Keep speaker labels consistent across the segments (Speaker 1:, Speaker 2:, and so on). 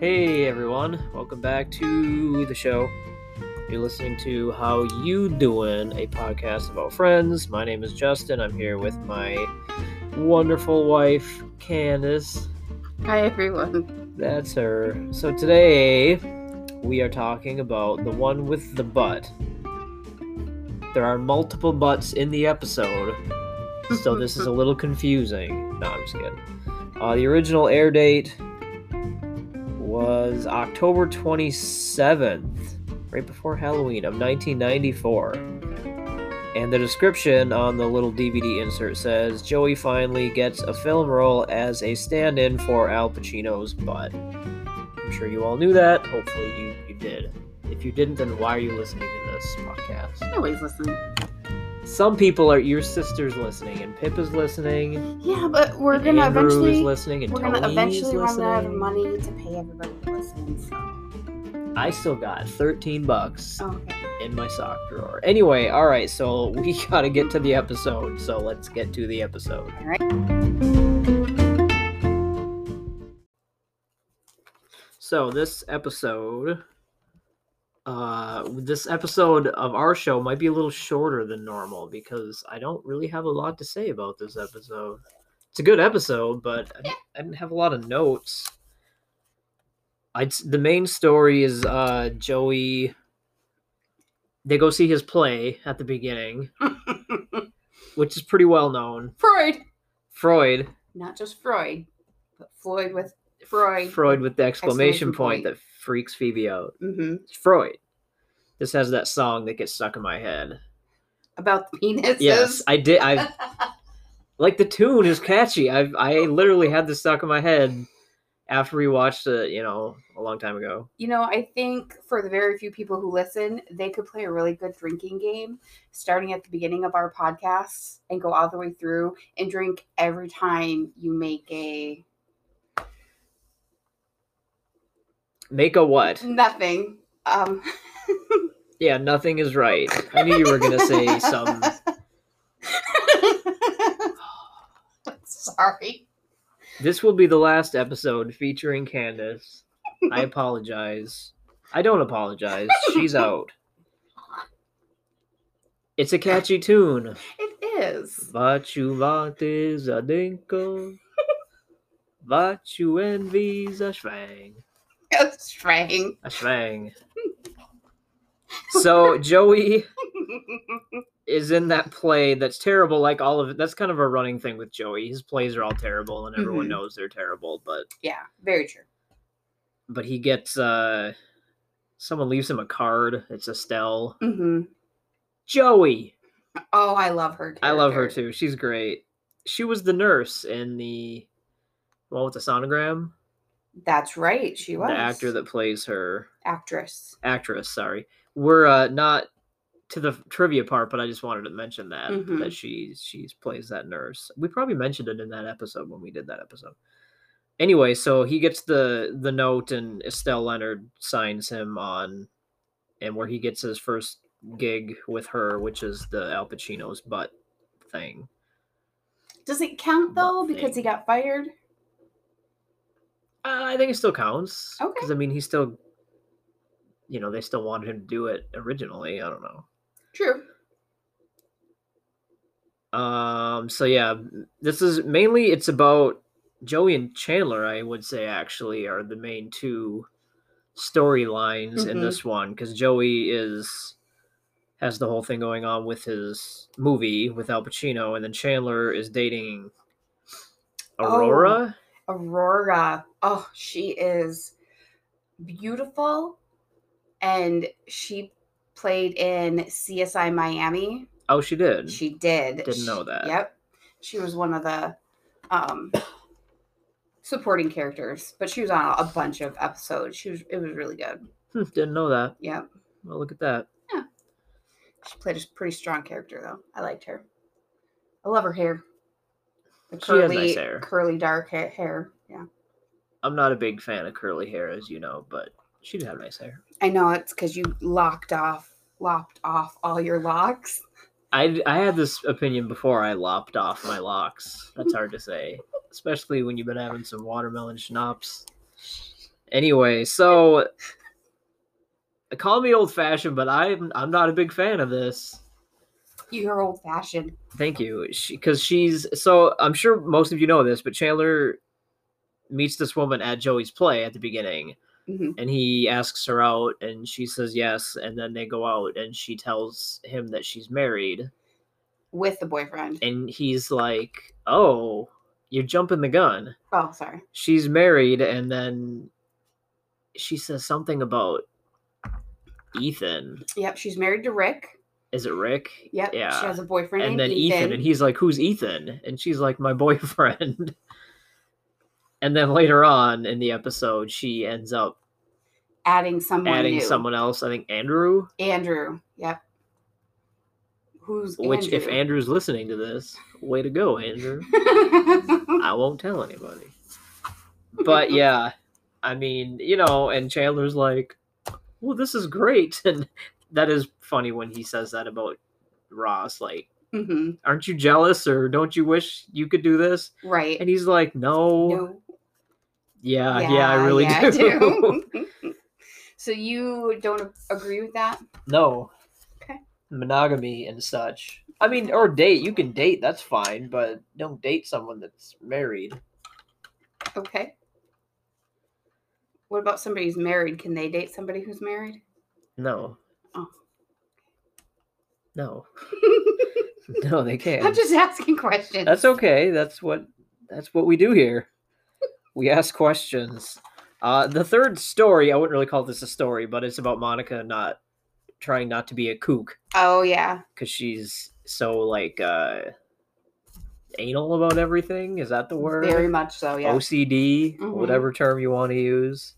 Speaker 1: Hey everyone, welcome back to the show. You're listening to How You Doing, a podcast about friends. My name is Justin. I'm here with my wonderful wife, Candace.
Speaker 2: Hi everyone.
Speaker 1: That's her. So today we are talking about the one with the butt. There are multiple butts in the episode, so this is a little confusing. No, I'm just kidding. Uh, the original air date was October 27th, right before Halloween of 1994. And the description on the little DVD insert says Joey finally gets a film role as a stand in for Al Pacino's butt. I'm sure you all knew that. Hopefully, you, you did. If you didn't, then why are you listening to this podcast?
Speaker 2: Nobody's listening.
Speaker 1: Some people are your sister's listening, and Pip is listening,
Speaker 2: Yeah, but we're
Speaker 1: and
Speaker 2: gonna
Speaker 1: Andrew is
Speaker 2: eventually
Speaker 1: listening, and
Speaker 2: we're gonna
Speaker 1: Tony is
Speaker 2: eventually run out of
Speaker 1: listening.
Speaker 2: money to pay everybody who listens. So.
Speaker 1: I still got 13 bucks
Speaker 2: Oh, okay.
Speaker 1: in my sock drawer. Anyway, all right, so we gotta get to the episode. So let's get to the episode.
Speaker 2: All right.
Speaker 1: So this episode, uh, this episode of our show might be a little shorter than normal because I don't really have a lot to say about this episode. It's a good episode, but I didn't, I didn't have a lot of notes. I the main story is uh, Joey. They go see his play at the beginning, which is pretty well known.
Speaker 2: Freud.
Speaker 1: Freud,
Speaker 2: Not just Freud, but Floyd with Freud.
Speaker 1: Freud with the exclamation,
Speaker 2: Exclamation
Speaker 1: point,
Speaker 2: point.
Speaker 1: that freaks Phoebe out.
Speaker 2: hmm
Speaker 1: It's Freud. This has that song that gets stuck in my head.
Speaker 2: About the penises.
Speaker 1: yes, I did. I like the tune is catchy. I I literally had this stuck in my head after we watched it, you know, a long time ago.
Speaker 2: you know, I think for the very few people who listen, they could play a really good drinking game starting at the beginning of our podcasts and go all the way through and drink every time you make a
Speaker 1: Make a what?
Speaker 2: nothing. Um,
Speaker 1: Yeah, nothing is right. I knew you were gonna say some.
Speaker 2: Sorry.
Speaker 1: This will be the last episode featuring Candace. I apologize. I don't apologize. She's out. It's a catchy tune.
Speaker 2: It is.
Speaker 1: What you want is a dinkle. What you envy's a schwang.
Speaker 2: It's trying.
Speaker 1: A schwang. So Joey is in that play that's terrible, like all of it. That's kind of a running thing with Joey. His plays are all terrible, and everyone
Speaker 2: Mhm.
Speaker 1: knows they're terrible. But
Speaker 2: yeah, very true.
Speaker 1: but he gets uh someone leaves him a card. It's Estelle.
Speaker 2: hmm
Speaker 1: Joey.
Speaker 2: Oh, I love her.
Speaker 1: I love her
Speaker 2: character.
Speaker 1: too. She's great. She was the nurse in the well with the sonogram.
Speaker 2: That's right. She was
Speaker 1: The actor that plays her
Speaker 2: actress.
Speaker 1: actress, sorry. We're uh not to the trivia part, but I just wanted to mention that
Speaker 2: Mhm.
Speaker 1: that she she plays that nurse. We probably mentioned it in that episode when we did that episode. Anyway, so he gets the the note and Estelle Leonard signs him on and where he gets his first gig with her, which is the Al Pacino's butt thing.
Speaker 2: Does it count though? Because he
Speaker 1: Nothing.
Speaker 2: got fired.
Speaker 1: Uh, I think it still counts.
Speaker 2: Okay.
Speaker 1: Because I mean, he still, you know, they still wanted him to do it originally. I don't know.
Speaker 2: True.
Speaker 1: Um. So yeah, m- this is mainly it's about Joey and Chandler. I would say actually are the main two storylines in
Speaker 2: Mhm.
Speaker 1: this one because Joey is has the whole thing going on with his movie with Al Pacino, and then Chandler is dating
Speaker 2: Oh.
Speaker 1: Aurora.
Speaker 2: Aurora. Oh, she is beautiful, and she played in CSI Miami.
Speaker 1: Oh, she did.
Speaker 2: She did.
Speaker 1: Didn't
Speaker 2: She-
Speaker 1: know that.
Speaker 2: Yep. She was one of the um supporting characters, but she was on a bunch of episodes. She was it was really good.
Speaker 1: Hmm, didn't know that.
Speaker 2: Yep.
Speaker 1: Well, look at that.
Speaker 2: She played a pretty strong character though. I liked her. I love her hair. The
Speaker 1: She has
Speaker 2: curly
Speaker 1: nice hair.
Speaker 2: curly dark ha- hair. Yeah.
Speaker 1: I'm not a big fan of curly hair, as you know, but she did have nice hair.
Speaker 2: I know it's cuz you locked off lopped off all your locks.
Speaker 1: I, I had this opinion before I lopped off my locks. That's hard to say, especially when you've been having some watermelon schnapps Anyway, so call me old fashioned, but I'm I'm not a big fan of this.
Speaker 2: You're old fashioned.
Speaker 1: Thank you, because she's so. I'm sure most of you know this, but Chandler meets this woman at Joey's play at the beginning,
Speaker 2: Mhm.
Speaker 1: and he asks her out, and she says yes, and then they go out, and she tells him that she's married,
Speaker 2: With the boyfriend.
Speaker 1: and he's like, "Oh, you're jumping the gun."
Speaker 2: Oh, sorry.
Speaker 1: she's married and then she says something about Ethan.
Speaker 2: Yep, she's married to Rick.
Speaker 1: Is it Rick?
Speaker 2: Yep.
Speaker 1: Yeah.
Speaker 2: She has a boyfriend
Speaker 1: and then
Speaker 2: named
Speaker 1: Ethan. and he's like, "Who's Ethan?" And she's like, "My boyfriend." and then later on in the episode, she ends up
Speaker 2: adding someone
Speaker 1: adding
Speaker 2: new.
Speaker 1: someone else. I think Andrew.
Speaker 2: Andrew. Yep. Who's
Speaker 1: Which, if
Speaker 2: Andrew?
Speaker 1: Andrew's listening to this, way to go, Andrew. I won't tell anybody. But yeah, I mean, you know, and Chandler's like, "Well, this is great," and that is funny when he says that about Ross. Like,
Speaker 2: hmm
Speaker 1: aren't you jealous, or don't you wish you could do this?
Speaker 2: Right.
Speaker 1: And he's like, "No,
Speaker 2: No.
Speaker 1: Uh, yeah, yeah, I really
Speaker 2: yeah, I
Speaker 1: do.
Speaker 2: do. so you don't agree with that?
Speaker 1: no,
Speaker 2: Okay.
Speaker 1: monogamy and such. I mean, or date. You can date, that's fine, but don't date someone that's married.
Speaker 2: Okay. What about somebody who's married? Can they date somebody who's married?
Speaker 1: No,
Speaker 2: Oh.
Speaker 1: no, no, they can't."
Speaker 2: I'm just asking questions.
Speaker 1: That's okay. That's what that's what we do here. We ask questions. Uh, the third story, I wouldn't really call this a story, but it's about Monica not trying not to be a kook
Speaker 2: Oh yeah.
Speaker 1: because she's so like uh, anal about everything. Is that the word? Oh,
Speaker 2: Very much so, yeah.
Speaker 1: OCD,
Speaker 2: Mhm.
Speaker 1: whatever term you want to use.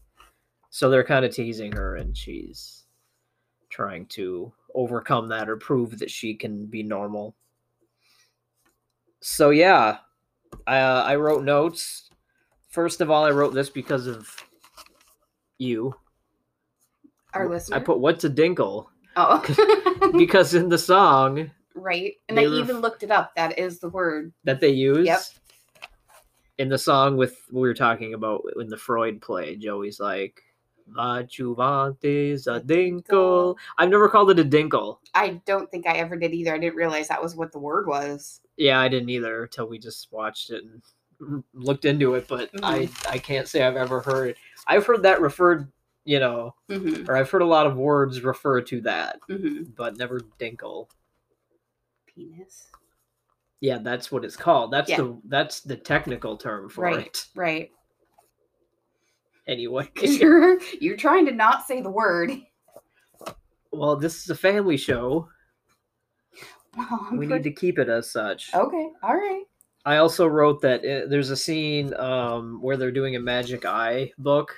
Speaker 1: So they're kind of teasing her, and she's trying to overcome that or prove that she can be normal. So yeah, I, uh, I wrote notes. First of all, I wrote this because of you.
Speaker 2: Our
Speaker 1: W-
Speaker 2: listener.
Speaker 1: I put "What's a dinkle"
Speaker 2: oh.
Speaker 1: because in the song
Speaker 2: right. And
Speaker 1: They
Speaker 2: I
Speaker 1: were-
Speaker 2: even looked it up. That is the word.
Speaker 1: that they use.
Speaker 2: Yep.
Speaker 1: In the song with we were talking about in the Freud play, Joey's like, "What you want is a dinkle." I've never called it a dinkle.
Speaker 2: I don't think I ever did either. I didn't realize that was what the word was.
Speaker 1: Yeah, I didn't either until we just watched it and r- looked into it. But
Speaker 2: Hmm.
Speaker 1: I I can't say I've ever heard. I've heard that referred, you know,
Speaker 2: Mm-hmm.
Speaker 1: or I've heard a lot of words refer to that,
Speaker 2: Mm-hmm.
Speaker 1: but never dinkle.
Speaker 2: Penis.
Speaker 1: Yeah, that's what it's called. That's
Speaker 2: Yeah.
Speaker 1: the that's the technical term for
Speaker 2: Right.
Speaker 1: it.
Speaker 2: Right.
Speaker 1: Anyway.
Speaker 2: Because you're you're trying to not say the word.
Speaker 1: Well, this is a family show.
Speaker 2: Well, I'm Oh.
Speaker 1: We
Speaker 2: good-
Speaker 1: need to keep it as such.
Speaker 2: Okay. All right.
Speaker 1: I also wrote that uh there's a scene um, where they're doing a Magic Eye book.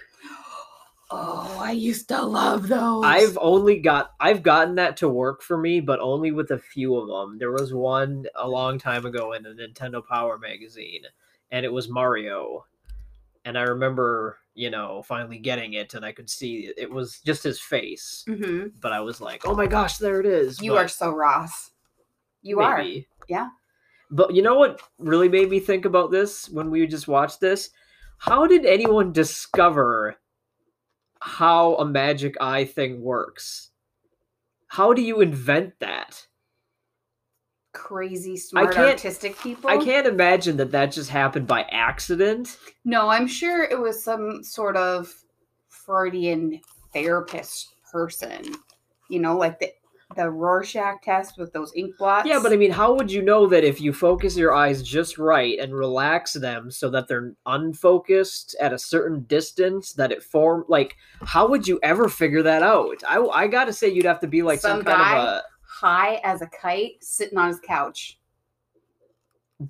Speaker 2: Oh, I used to love those.
Speaker 1: I've only got I've gotten that to work for me, but only with a few of them. There was one a long time ago in a Nintendo Power magazine, and it was Mario. And I remember, you know, finally getting it, and I could see it, it was just his face.
Speaker 2: Mhm.
Speaker 1: But I was like, "Oh my gosh, there it is!"
Speaker 2: You
Speaker 1: but-
Speaker 2: are so Ross. You are.
Speaker 1: Maybe.
Speaker 2: Yeah.
Speaker 1: But you know what really made me think about this when we just watched this? How did anyone discover how a magic eye thing works? How do you invent that?
Speaker 2: Crazy, smart,
Speaker 1: can't-
Speaker 2: artistic people.
Speaker 1: I can't imagine that that just happened by accident.
Speaker 2: No, I'm sure it was some sort of Freudian therapist person. You know, like the the Rorschach test with those ink blots.
Speaker 1: Yeah, but I mean, how would you know that if you focus your eyes just right and relax them so that they're unfocused at a certain distance that it form like how would you ever figure that out? I I got to say you'd have to be like some,
Speaker 2: Some
Speaker 1: kind
Speaker 2: guy?
Speaker 1: of a
Speaker 2: high as a kite, sitting on his couch.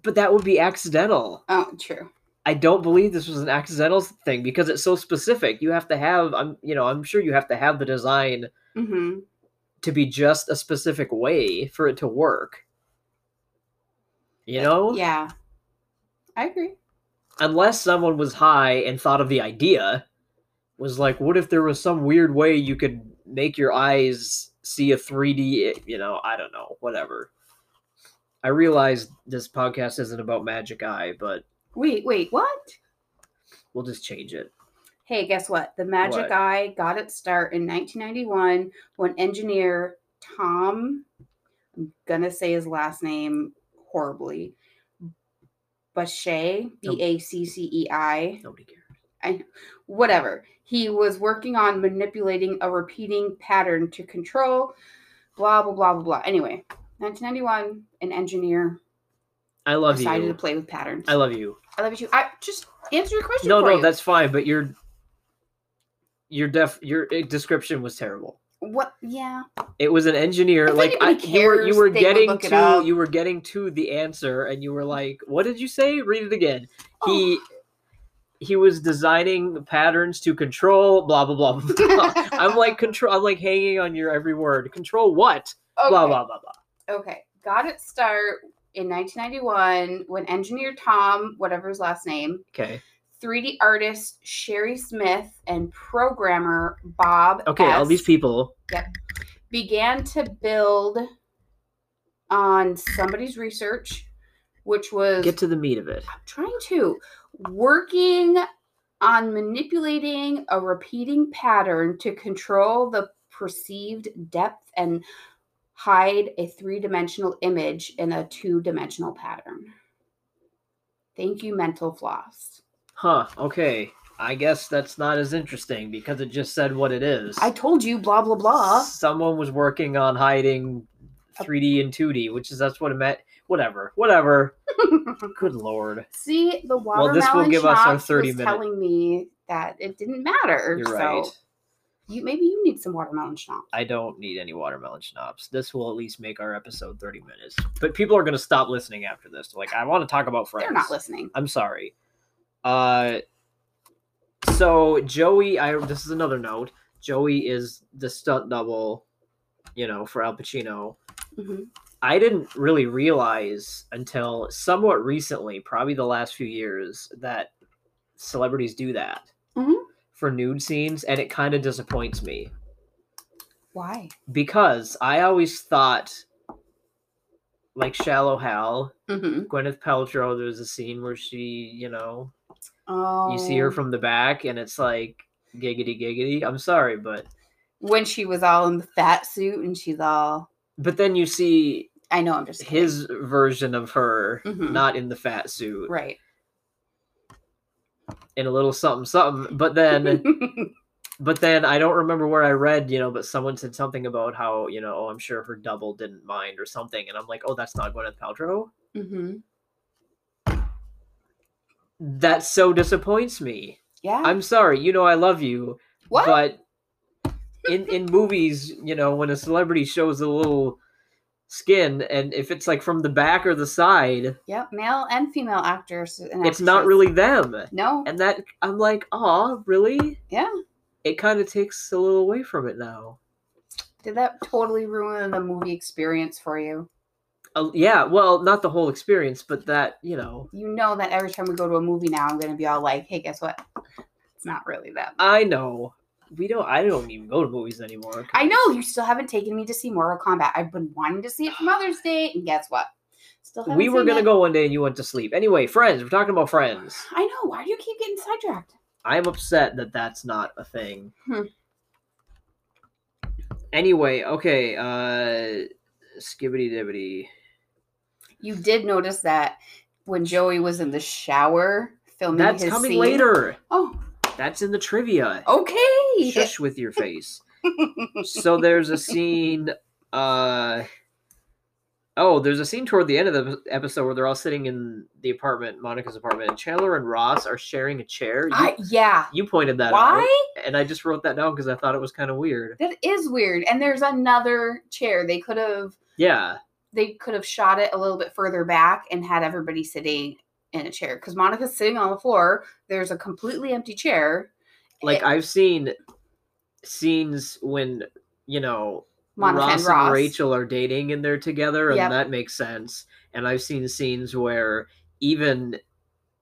Speaker 1: but that would be accidental.
Speaker 2: Oh, true.
Speaker 1: I don't believe this was an accidental thing because it's so specific. You have to have I'm you know, I'm sure you have to have the design
Speaker 2: Mm-hmm.
Speaker 1: to be just a specific way for it to work. You know?
Speaker 2: Yeah, I agree.
Speaker 1: unless someone was high and thought of the idea was like what if there was some weird way you could make your eyes see a 3d i- you know i don't know whatever i realize this podcast isn't about magic eye but
Speaker 2: Wait, wait, what?
Speaker 1: we'll just change it
Speaker 2: Hey, guess what? The Magic
Speaker 1: What?
Speaker 2: Eye got its start in 1991 when engineer Tom, I'm going to say his last name horribly, Bacchei, B A C C E I,
Speaker 1: Nobody cares.
Speaker 2: whatever. He was working on manipulating a repeating pattern to control, blah, blah, blah, blah, blah. Anyway, 1991, an engineer
Speaker 1: I love
Speaker 2: decided to
Speaker 1: you.
Speaker 2: play with patterns.
Speaker 1: I love you.
Speaker 2: I love you too. I just answer your question.
Speaker 1: No,
Speaker 2: for
Speaker 1: no,
Speaker 2: you.
Speaker 1: that's fine. But your your def your eh, description was terrible.
Speaker 2: what. Yeah,
Speaker 1: It was an engineer.
Speaker 2: If
Speaker 1: Like I,
Speaker 2: anybody
Speaker 1: you were you
Speaker 2: cares,
Speaker 1: were
Speaker 2: they will
Speaker 1: getting
Speaker 2: look it
Speaker 1: to
Speaker 2: up.
Speaker 1: you were getting to the answer, and you were like, "What did you say? Read it again."
Speaker 2: Oh.
Speaker 1: He he was designing patterns to control blah blah blah. blah, blah. I'm like control. I'm like hanging on your every word. Control what?
Speaker 2: okay.
Speaker 1: Blah blah blah blah.
Speaker 2: Okay, got its start in 1991 when engineer Tom, whatever his last name,
Speaker 1: Okay.
Speaker 2: 3D artist Sherry Smith, and programmer Bob.
Speaker 1: Okay. All
Speaker 2: S.
Speaker 1: these people.
Speaker 2: began to build on somebody's research, which was
Speaker 1: Get to the meat of it.
Speaker 2: trying to working on manipulating a repeating pattern to control the perceived depth and hide a three-dimensional image in a two-dimensional pattern. Thank you, mental floss.
Speaker 1: Huh. Okay. I guess that's not as interesting because it just said what it is.
Speaker 2: I told you, blah blah blah.
Speaker 1: Someone was working on hiding 3D and 2D, which is that's what it meant. Whatever. Whatever. Good lord.
Speaker 2: See, the
Speaker 1: Well,
Speaker 2: watermelon
Speaker 1: this will give us our
Speaker 2: shops
Speaker 1: 30
Speaker 2: was
Speaker 1: minute-
Speaker 2: telling me that it didn't matter.
Speaker 1: You're
Speaker 2: so
Speaker 1: right.
Speaker 2: you maybe you need some watermelon shop.
Speaker 1: I don't need any watermelon schnapps. This will at least make our episode 30 minutes. But people are going to stop listening after this. Like, I want to talk about friends.
Speaker 2: They're not listening.
Speaker 1: I'm sorry. Uh, so Joey, I this is another note. Joey is the stunt double, you know, for Al Pacino.
Speaker 2: Mhm.
Speaker 1: I didn't really realize until somewhat recently, probably the last few years, that celebrities do that
Speaker 2: Mhm.
Speaker 1: for nude scenes, and it kind of disappoints me
Speaker 2: Why?
Speaker 1: because I always thought, like Shallow Hal,
Speaker 2: hmm
Speaker 1: Gwyneth Paltrow. There was a scene where she, you know,
Speaker 2: Oh,
Speaker 1: you see her from the back, and it's like giggity giggity. I'm sorry, but
Speaker 2: when she was all in the fat suit and she's all
Speaker 1: but then you see
Speaker 2: I know I'm just kidding.
Speaker 1: his version of her.
Speaker 2: Mhm.
Speaker 1: Not in the fat suit,
Speaker 2: right.
Speaker 1: in a little something something. But then but then I don't remember where I read, you know, but someone said something about how, you know, oh, I'm sure her double didn't mind or something. And I'm like, oh, that's not Gwyneth Paltrow.
Speaker 2: Mhm.
Speaker 1: That so disappoints me.
Speaker 2: Yeah.
Speaker 1: I'm sorry. You know, I love you.
Speaker 2: what?
Speaker 1: But in, in movies, you know, when a celebrity shows a little skin and if it's like from the back or the side,
Speaker 2: yep. Male and female actors. And
Speaker 1: it's not
Speaker 2: actresses.
Speaker 1: really them.
Speaker 2: No.
Speaker 1: And that, I'm like, oh, really?
Speaker 2: Yeah.
Speaker 1: It kind of takes a little away from it now.
Speaker 2: Did that totally ruin the movie experience for you?
Speaker 1: Uh, yeah, well, not the whole experience, but that you know,
Speaker 2: You know that every time we go to a movie now, I'm gonna be all like, "Hey, guess what? It's not really that."
Speaker 1: I know we don't. I don't even go to movies anymore. 'cause-
Speaker 2: I know you still haven't taken me to see Mortal Kombat. I've been wanting to see it for Mother's Day, and guess what? Still haven't
Speaker 1: we were
Speaker 2: seen
Speaker 1: gonna
Speaker 2: it.
Speaker 1: go one day, and you went to sleep. Anyway, friends, we're talking about friends.
Speaker 2: I know. Why do you keep getting sidetracked?
Speaker 1: I'm upset that that's not a thing.
Speaker 2: Hmm.
Speaker 1: Anyway, okay, uh, skibbity dibbity.
Speaker 2: You did notice that when Joey was in the shower filming
Speaker 1: That's
Speaker 2: his
Speaker 1: coming
Speaker 2: scene-
Speaker 1: later.
Speaker 2: Oh,
Speaker 1: That's in the trivia.
Speaker 2: okay.
Speaker 1: Shush with your face. so there's a scene uh oh there's a scene toward the end of the episode where they're all sitting in the apartment monica's apartment and chandler and ross are sharing a chair you,
Speaker 2: I, yeah.
Speaker 1: you pointed that
Speaker 2: Why?
Speaker 1: out and i just wrote that down because i thought it was kind of weird
Speaker 2: That is weird. And there's another chair. They could have
Speaker 1: yeah
Speaker 2: they could have shot it a little bit further back and had everybody sitting in a chair because Monica's sitting on the floor. There's a completely empty chair.
Speaker 1: like
Speaker 2: It-
Speaker 1: i've seen scenes when you know
Speaker 2: Monica
Speaker 1: Ross
Speaker 2: and Ross.
Speaker 1: Rachel are dating and they're together, and
Speaker 2: Yep.
Speaker 1: that makes sense. And I've seen scenes where even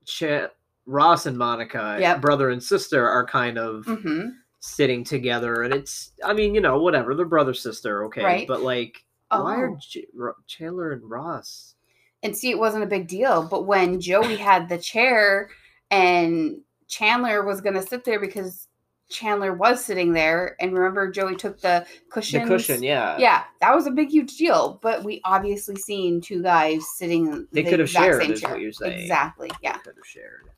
Speaker 1: Cha- Ross and Monica,
Speaker 2: Yep.
Speaker 1: brother and sister, are kind of
Speaker 2: hmm
Speaker 1: sitting together, and it's, I mean, you know, whatever, they're brother sister, okay,
Speaker 2: Right.
Speaker 1: but like, why are
Speaker 2: Oh.
Speaker 1: J- Ro- Chandler and Ross?
Speaker 2: And see, it wasn't a big deal. But when Joey had the chair and Chandler was going to sit there because Chandler was sitting there. And remember, Joey took the cushion.
Speaker 1: The cushion, yeah.
Speaker 2: Yeah, that was a big, huge deal. But we obviously seen two guys sitting. in
Speaker 1: They
Speaker 2: the
Speaker 1: could have
Speaker 2: exact
Speaker 1: shared,
Speaker 2: same
Speaker 1: is
Speaker 2: chair.
Speaker 1: what you're saying.
Speaker 2: Exactly. Yeah.
Speaker 1: Could have shared.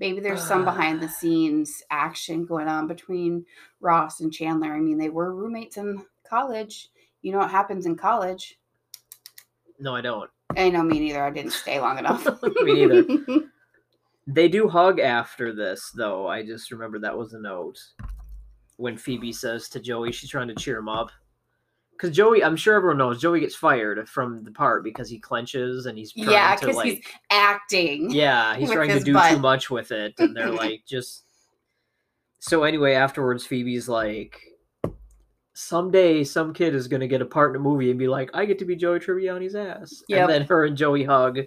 Speaker 2: Maybe there's some behind the scenes action going on between Ross and Chandler. I mean, they were roommates in college. You know what happens in college.
Speaker 1: No, I don't.
Speaker 2: I know me neither. I didn't stay long enough.
Speaker 1: Me neither. They do hug after this, though. I just remember that was a note when Phoebe says to Joey, she's trying to cheer him up. Because Joey, I'm sure everyone knows, Joey gets fired from the part because he clenches and he's trying
Speaker 2: yeah,
Speaker 1: to
Speaker 2: because
Speaker 1: like,
Speaker 2: he's acting.
Speaker 1: yeah, he's
Speaker 2: with
Speaker 1: trying to
Speaker 2: his
Speaker 1: do too
Speaker 2: butt.
Speaker 1: much with it, and they're like just. So anyway, afterwards, Phoebe's like, someday some kid is gonna get a part in a movie and be like, I get to be Joey Tribbiani's ass,
Speaker 2: Yep.
Speaker 1: and then her and Joey hug,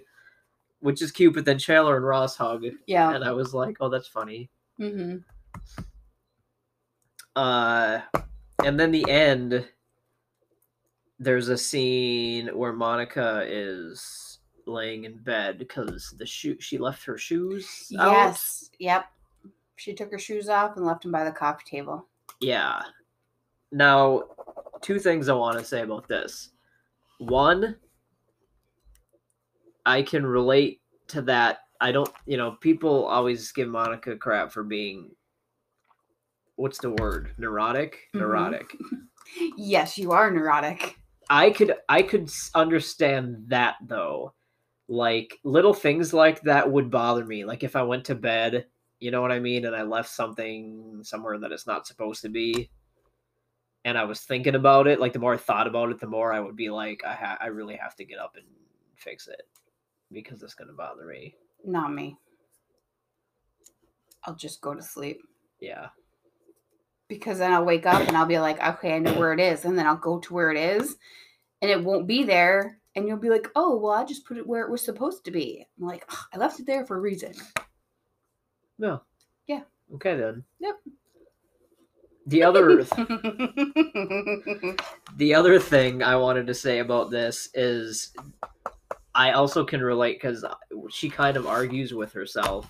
Speaker 1: which is cute, but then Chandler and Ross hug,
Speaker 2: Yeah.
Speaker 1: and I was like, oh, that's funny.
Speaker 2: hmm
Speaker 1: uh and then the end there's a scene where monica is laying in bed because the shoe she left her shoes out.
Speaker 2: Yes. Yep. She took her shoes off and left them by the coffee table.
Speaker 1: yeah now two things i want to say about this one i can relate to that i don't you know people always give monica crap for being what's the word neurotic
Speaker 2: Mhm.
Speaker 1: neurotic
Speaker 2: Yes, you are neurotic.
Speaker 1: I could I could s- understand that though. Like little things like that would bother me. Like if I went to bed, you know what I mean, and I left something somewhere that it's not supposed to be, and I was thinking about it. Like the more I thought about it, the more I would be like, I ha- I really have to get up and fix it because it's gonna bother me.
Speaker 2: Not me. I'll just go to sleep
Speaker 1: Yeah,
Speaker 2: because then I'll wake up and I'll be like, okay, I know where it is. And then I'll go to where it is and it won't be there. And you'll be like, oh, well, I just put it where it was supposed to be. I'm like, "Ugh, I left it there for a reason.
Speaker 1: no,
Speaker 2: Yeah.
Speaker 1: okay then.
Speaker 2: Yep.
Speaker 1: The other the other thing I wanted to say about this is I also can relate because she kind of argues with herself,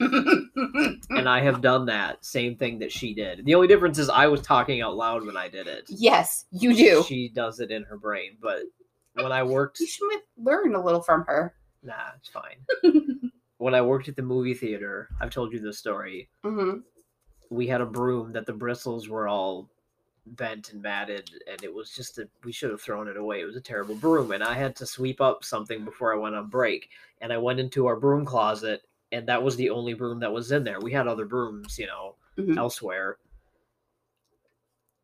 Speaker 1: and I have done that same thing that she did. The only difference is I was talking out loud when I did it.
Speaker 2: yes, you do.
Speaker 1: She does it in her brain, but when I worked,
Speaker 2: You should learn a little from her.
Speaker 1: nah, it's fine. when I worked at the movie theater, I've told you this story.
Speaker 2: Mhm.
Speaker 1: We had a broom that the bristles were all bent and matted, and it was just a, we should have thrown it away. It was a terrible broom, and I had to sweep up something before I went on break. And I went into our broom closet, and that was the only broom that was in there. We had other brooms, you know,
Speaker 2: Mhm.
Speaker 1: elsewhere,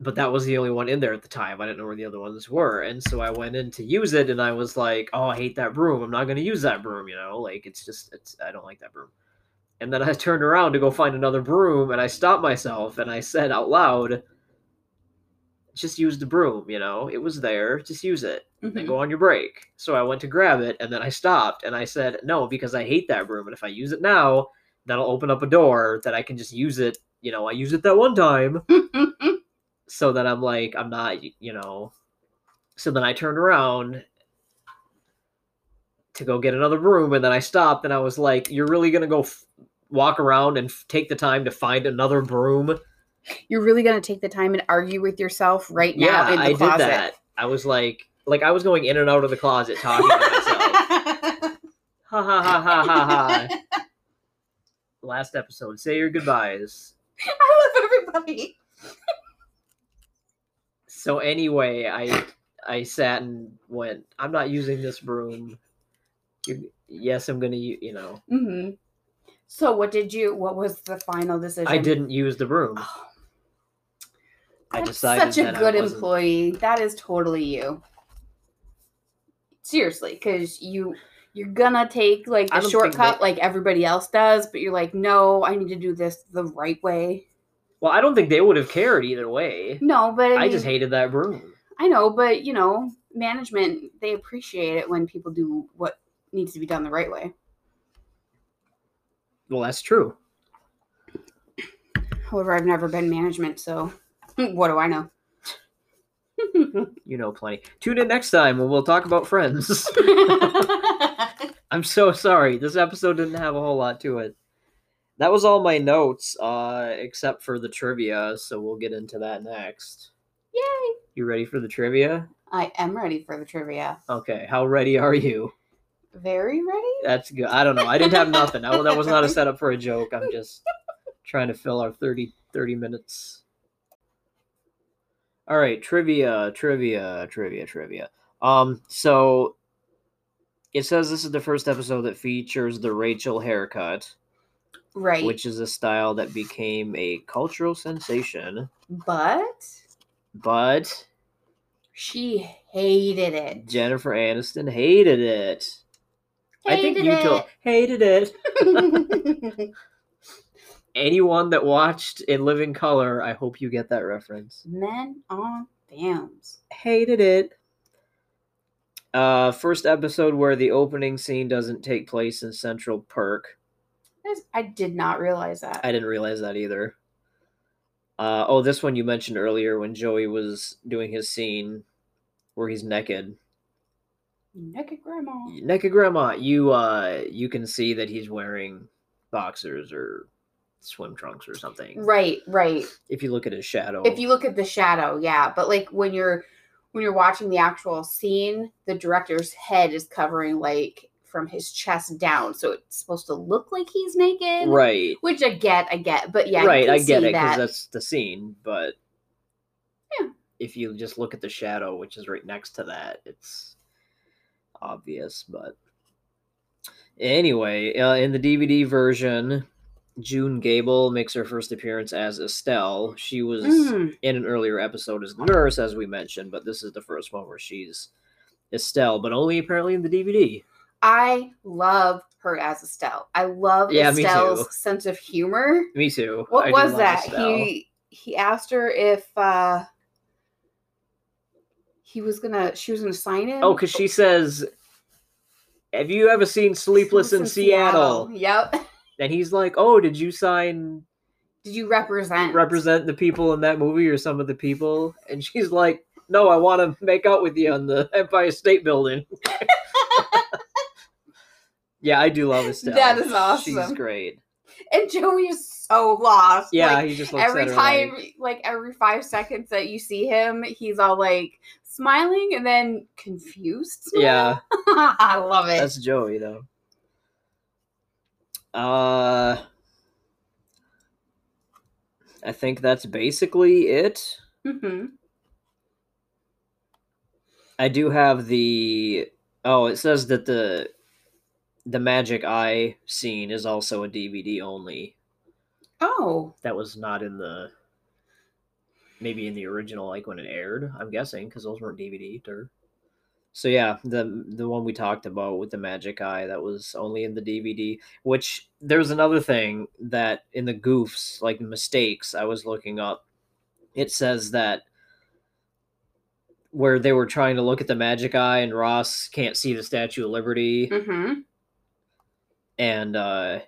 Speaker 1: but that was the only one in there at the time. I didn't know where the other ones were, and so I went in to use it, and I was like, "Oh, I hate that broom. I'm not going to use that broom." You know, like it's just, it's I don't like that broom. And then I turned around to go find another broom, and I stopped myself, and I said out loud just use the broom, you know, it was there, just use it, then
Speaker 2: Mhm.
Speaker 1: go on your break. So I went to grab it and then I stopped and I said, no, because I hate that broom. And if I use it now, that'll open up a door that I can just use it. You know, I used it that one time.
Speaker 2: Mm-hmm.
Speaker 1: So that I'm like, I'm not, y- you know. So then I turned around to go get another broom and then I stopped and I was like, you're really going to go f- walk around and f- take the time to find another broom?
Speaker 2: You're really going to take the time and argue with yourself right now in the
Speaker 1: I
Speaker 2: closet.
Speaker 1: did that. I was like, like I was going in and out of the closet talking to myself. ha ha ha ha ha ha. Last episode, say your goodbyes.
Speaker 2: I love everybody.
Speaker 1: So anyway, I I sat and went. I'm not using this broom. You- yes, I'm gonna. u- You know,
Speaker 2: hmm So, what did you? What was the final decision?
Speaker 1: I didn't use the broom.
Speaker 2: Oh,
Speaker 1: I
Speaker 2: that's
Speaker 1: decided
Speaker 2: such a
Speaker 1: that I
Speaker 2: good
Speaker 1: wasn't-
Speaker 2: employee. That is totally you. Seriously, because you you're gonna take like
Speaker 1: I don't
Speaker 2: a
Speaker 1: think
Speaker 2: shortcut
Speaker 1: that-
Speaker 2: like everybody else does, but you're like, no, I need to do this the right way.
Speaker 1: Well, I don't think they would have cared either way.
Speaker 2: No, but I,
Speaker 1: I just
Speaker 2: mean,
Speaker 1: hated that broom.
Speaker 2: I know, but you know, management they appreciate it when people do what needs to be done the right way.
Speaker 1: Well, that's true.
Speaker 2: However, I've never been management, so what do I know?
Speaker 1: You know plenty. Tune in next time when we'll talk about friends. I'm so sorry. This episode didn't have a whole lot to it. That was all my notes, uh, except for the trivia, so we'll get into that next.
Speaker 2: Yay!
Speaker 1: You ready for the trivia?
Speaker 2: I am ready for the trivia.
Speaker 1: Okay, how ready are you?
Speaker 2: Very ready?
Speaker 1: That's good. I don't know. I didn't have nothing. I, that was not a setup for a joke. I'm just trying to fill our 30, 30 minutes. All right, trivia, trivia, trivia, trivia. Um, so it says this is the first episode that features the Rachel haircut,
Speaker 2: Right.
Speaker 1: which is a style that became a cultural sensation.
Speaker 2: but
Speaker 1: But
Speaker 2: she hated it.
Speaker 1: Jennifer Aniston hated it. I think you told hated it.
Speaker 2: it.
Speaker 1: Anyone that watched In Living Color, I hope you get that reference.
Speaker 2: Men on films.
Speaker 1: Hated it. Uh, first episode where the opening scene doesn't take place in Central Perk.
Speaker 2: That's- I did not realize that.
Speaker 1: I didn't realize that either. Uh, oh, this one you mentioned earlier when Joey was doing his scene where he's naked.
Speaker 2: Naked grandma.
Speaker 1: Naked grandma, you uh, you can see that he's wearing boxers or swim trunks or something.
Speaker 2: Right, right.
Speaker 1: If you look at his shadow.
Speaker 2: If you look at the shadow, yeah. But like when you're when you're watching the actual scene, the director's head is covering like from his chest down, so it's supposed to look like he's naked.
Speaker 1: right,
Speaker 2: Which I get, I get, but yeah, you
Speaker 1: right,
Speaker 2: can
Speaker 1: I get
Speaker 2: see
Speaker 1: it because
Speaker 2: that.
Speaker 1: that's the scene. But
Speaker 2: Yeah.
Speaker 1: if you just look at the shadow, which is right next to that, it's obvious. But anyway, uh, in the DVD version, June Gable makes her first appearance as Estelle. She was
Speaker 2: Mm,
Speaker 1: in an earlier episode as the nurse, as we mentioned, but this is the first one where she's Estelle, but only apparently in the DVD.
Speaker 2: I love her as Estelle. I love
Speaker 1: Yeah, me too.
Speaker 2: Estelle's sense of humor.
Speaker 1: Me too.
Speaker 2: What
Speaker 1: I do
Speaker 2: was
Speaker 1: love
Speaker 2: that?
Speaker 1: Estelle.
Speaker 2: He he asked her if uh he was gonna she was gonna sign him.
Speaker 1: Oh, because she says, "Have you ever seen Sleepless in Seattle?"
Speaker 2: Yep.
Speaker 1: And he's like, "Oh, did you sign
Speaker 2: Did you represent
Speaker 1: represent the people in that movie or some of the people?" And she's like, "No, I want to make out with you on the Empire State Building." yeah, I do love Estelle.
Speaker 2: That is awesome.
Speaker 1: She's great.
Speaker 2: And Joey is so lost.
Speaker 1: Yeah,
Speaker 2: Like,
Speaker 1: he just looks
Speaker 2: every
Speaker 1: at her
Speaker 2: time,
Speaker 1: like-
Speaker 2: like... every five seconds that you see him, he's all like smiling and then confused. smile.
Speaker 1: yeah,
Speaker 2: I love it.
Speaker 1: that's Joey though. Uh, I think that's basically it.
Speaker 2: hmm
Speaker 1: I do have the oh, it says that the the magic eye scene is also a DVD only.
Speaker 2: Oh,
Speaker 1: That was not in the maybe in the original like when it aired, I'm guessing, because those weren't DVD or so yeah, the the one we talked about with the magic eye that was only in the DVD. Which there's another thing that in the goofs, like mistakes, I was looking up. It says that where they were trying to look at the magic eye and Ross can't see the Statue of Liberty
Speaker 2: hmm
Speaker 1: and uh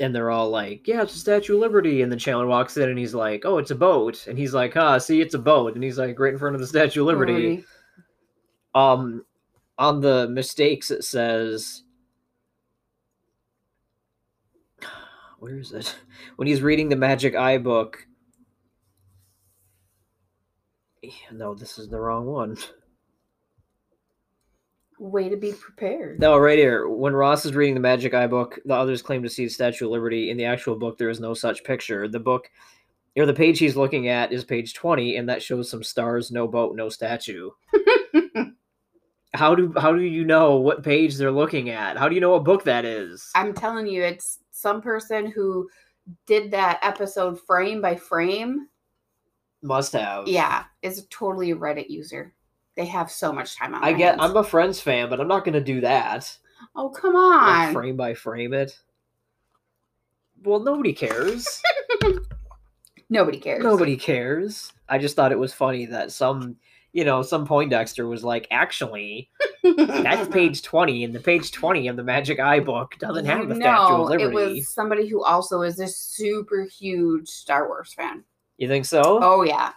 Speaker 1: and they're all like, "Yeah, it's the Statue of Liberty." And then Chandler walks in and he's like, "Oh, it's a boat." And he's like, "Ah, see, it's a boat." And he's like, right in front of the Statue of Liberty. Um, on the mistakes, it says, "Where is it?" When he's reading the Magic Eye book. Yeah, No, this is the wrong one.
Speaker 2: Way to be prepared.
Speaker 1: No, right here. When Ross is reading the Magic Eye book, the others claim to see the Statue of Liberty. In the actual book, there is no such picture. The book, or the page he's looking at, is page 20, and that shows some stars, no boat, no statue. how do how do you know what page they're looking at? How do you know what book that is?
Speaker 2: I'm telling you, it's some person who did that episode frame by frame.
Speaker 1: Must have.
Speaker 2: Yeah, is totally a Reddit user. They have so much time on.
Speaker 1: I
Speaker 2: their
Speaker 1: get.
Speaker 2: hands.
Speaker 1: I'm a Friends fan, but I'm not going to do that.
Speaker 2: Oh come
Speaker 1: Like,
Speaker 2: on!
Speaker 1: frame by frame it. Well, nobody cares.
Speaker 2: Nobody cares.
Speaker 1: Nobody cares. I just thought it was funny that some, you know, some Poindexter was like, actually, that's page 20, and the page 20 of the Magic Eye book doesn't have the Statue of
Speaker 2: no, it
Speaker 1: Liberty.
Speaker 2: was somebody who also is a super huge Star Wars fan.
Speaker 1: You think so?
Speaker 2: Oh yeah,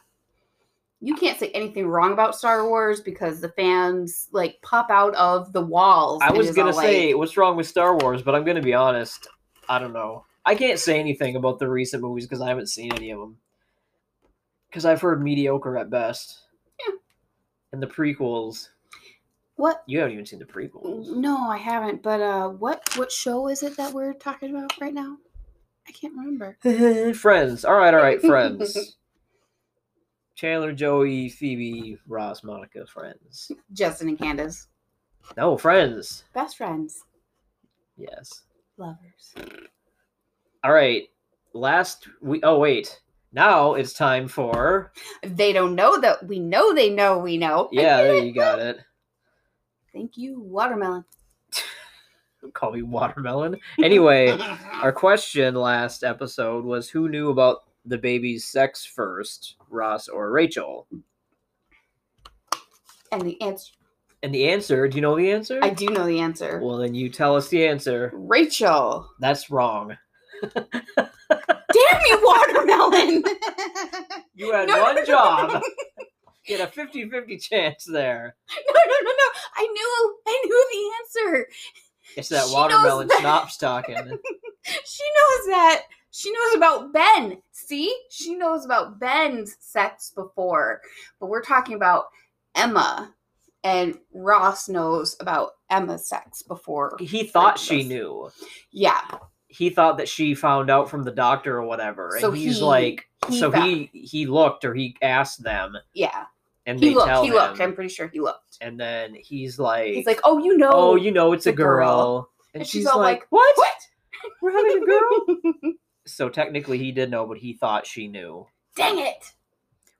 Speaker 2: you can't say anything wrong about Star Wars because the fans like pop out of the walls.
Speaker 1: I
Speaker 2: and
Speaker 1: was
Speaker 2: is
Speaker 1: gonna
Speaker 2: all like-
Speaker 1: say what's wrong with Star Wars, but I'm gonna be honest. I don't know. I can't say anything about the recent movies because I haven't seen any of them. Because I've heard mediocre at best.
Speaker 2: Yeah.
Speaker 1: And the prequels,
Speaker 2: what?
Speaker 1: you haven't even seen the prequels.
Speaker 2: No, I haven't. But uh, what what show is it that we're talking about right now? I can't remember.
Speaker 1: friends. All right, all right, friends. Chandler, Joey, Phoebe, Ross, Monica, friends.
Speaker 2: Justin and Candace,
Speaker 1: No, friends.
Speaker 2: best friends,
Speaker 1: Yes.
Speaker 2: lovers.
Speaker 1: All right. Last we oh wait. Now it's time for
Speaker 2: They don't know that we know. They know we know. I
Speaker 1: Yeah,
Speaker 2: did
Speaker 1: there
Speaker 2: it.
Speaker 1: you got it.
Speaker 2: Thank you, watermelon.
Speaker 1: Call me watermelon. Anyway, our question last episode was who knew about the baby's sex first, Ross or Rachel?
Speaker 2: and the answer,
Speaker 1: And the answer, do you know the answer?
Speaker 2: I do know the answer.
Speaker 1: Well, then you tell us the answer.
Speaker 2: Rachel.
Speaker 1: That's wrong.
Speaker 2: Damn you, watermelon!
Speaker 1: You had
Speaker 2: No, no, no,
Speaker 1: one
Speaker 2: no, no,
Speaker 1: job.
Speaker 2: no,
Speaker 1: You had a 50-50 chance there.
Speaker 2: no, no, no! I knew, I knew the answer.
Speaker 1: It's that
Speaker 2: She knows
Speaker 1: watermelon
Speaker 2: that.
Speaker 1: schnapps talking.
Speaker 2: She knows that. She knows about Ben. See, she knows about Ben's sex before, but we're talking about Emma, and Ross knows about Emma's sex before.
Speaker 1: He thought she
Speaker 2: Rachel's.
Speaker 1: knew.
Speaker 2: Yeah,
Speaker 1: He thought that she found out from the doctor or whatever. And
Speaker 2: So
Speaker 1: he's
Speaker 2: he-
Speaker 1: like
Speaker 2: he
Speaker 1: so
Speaker 2: found-
Speaker 1: he he looked or he asked them
Speaker 2: yeah.
Speaker 1: and
Speaker 2: He
Speaker 1: they
Speaker 2: looked.
Speaker 1: tell
Speaker 2: He looked.
Speaker 1: him.
Speaker 2: I'm pretty sure he looked.
Speaker 1: and then he's like,
Speaker 2: He's like, "Oh, you know."
Speaker 1: oh, you know, it's a
Speaker 2: the girl."
Speaker 1: girl. And, she's, all like, what?
Speaker 2: What?
Speaker 1: We're having a girl? so technically, he did know, but he thought she knew.
Speaker 2: Dang it!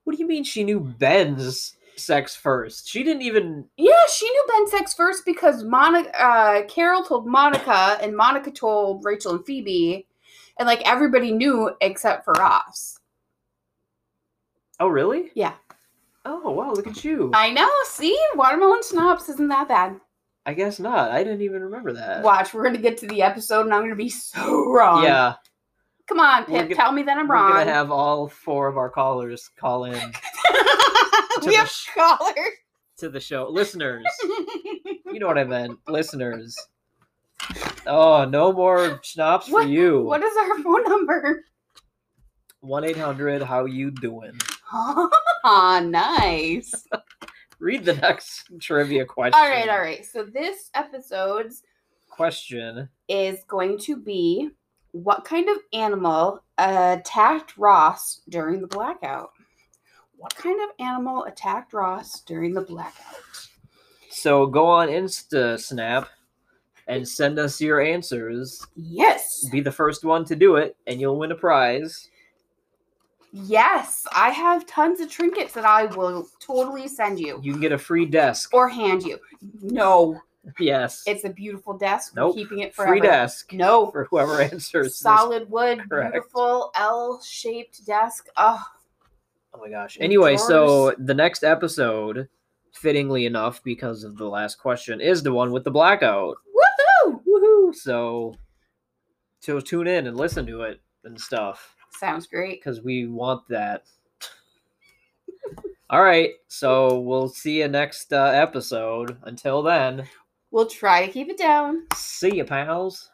Speaker 1: What do you mean she knew Ben's sex first? She didn't even.
Speaker 2: Yeah, she knew Ben sex first because Monica, uh, Carol told Monica, and Monica told Rachel and Phoebe, and like everybody knew except for us.
Speaker 1: Oh, really?
Speaker 2: Yeah.
Speaker 1: Oh, wow, look at you. I,
Speaker 2: I know. See, watermelon snobs isn't that bad.
Speaker 1: guess not. I didn't even remember that.
Speaker 2: Watch, we're gonna get to the episode, and I'm gonna be so wrong.
Speaker 1: Yeah.
Speaker 2: Come on,
Speaker 1: We're
Speaker 2: Pip,
Speaker 1: gonna-
Speaker 2: tell me that I'm
Speaker 1: We're going
Speaker 2: wrong.
Speaker 1: to have all four of our callers call in to
Speaker 2: we
Speaker 1: the
Speaker 2: have
Speaker 1: sh-
Speaker 2: scholars.
Speaker 1: to the show. Listeners. you know what I meant. Listeners. Oh, no more schnapps
Speaker 2: What-
Speaker 1: for you.
Speaker 2: what is our phone number?
Speaker 1: One eight hundred. How you doing?
Speaker 2: Ah, nice.
Speaker 1: Read the next trivia question.
Speaker 2: All right, all right. So this episode's
Speaker 1: Question.
Speaker 2: is going to be what kind of animal attacked Ross during the blackout? What kind of animal attacked Ross during the blackout?
Speaker 1: So go on Insta Snap and send us your answers.
Speaker 2: Yes.
Speaker 1: Be the first one to do it, and you'll win a prize.
Speaker 2: Yes. I have tons of trinkets that I will totally send you
Speaker 1: You can get a free desk.
Speaker 2: or hand you. No.
Speaker 1: Yes,
Speaker 2: It's a beautiful desk.
Speaker 1: Nope.
Speaker 2: We're keeping it forever.
Speaker 1: free desk
Speaker 2: No.
Speaker 1: for whoever answers. this.
Speaker 2: Solid wood,
Speaker 1: Correct.
Speaker 2: beautiful L-shaped desk. Oh,
Speaker 1: Oh my gosh.
Speaker 2: And
Speaker 1: Anyway, so
Speaker 2: drawers.
Speaker 1: the next episode, fittingly enough, because of the last question, is the one with the blackout.
Speaker 2: woohoo!
Speaker 1: Woohoo! So, so tune in and listen to it and stuff
Speaker 2: Sounds great.
Speaker 1: because we want that. All right, so we'll see you next uh, episode. Until then,
Speaker 2: We'll try to keep it down.
Speaker 1: see you, pals.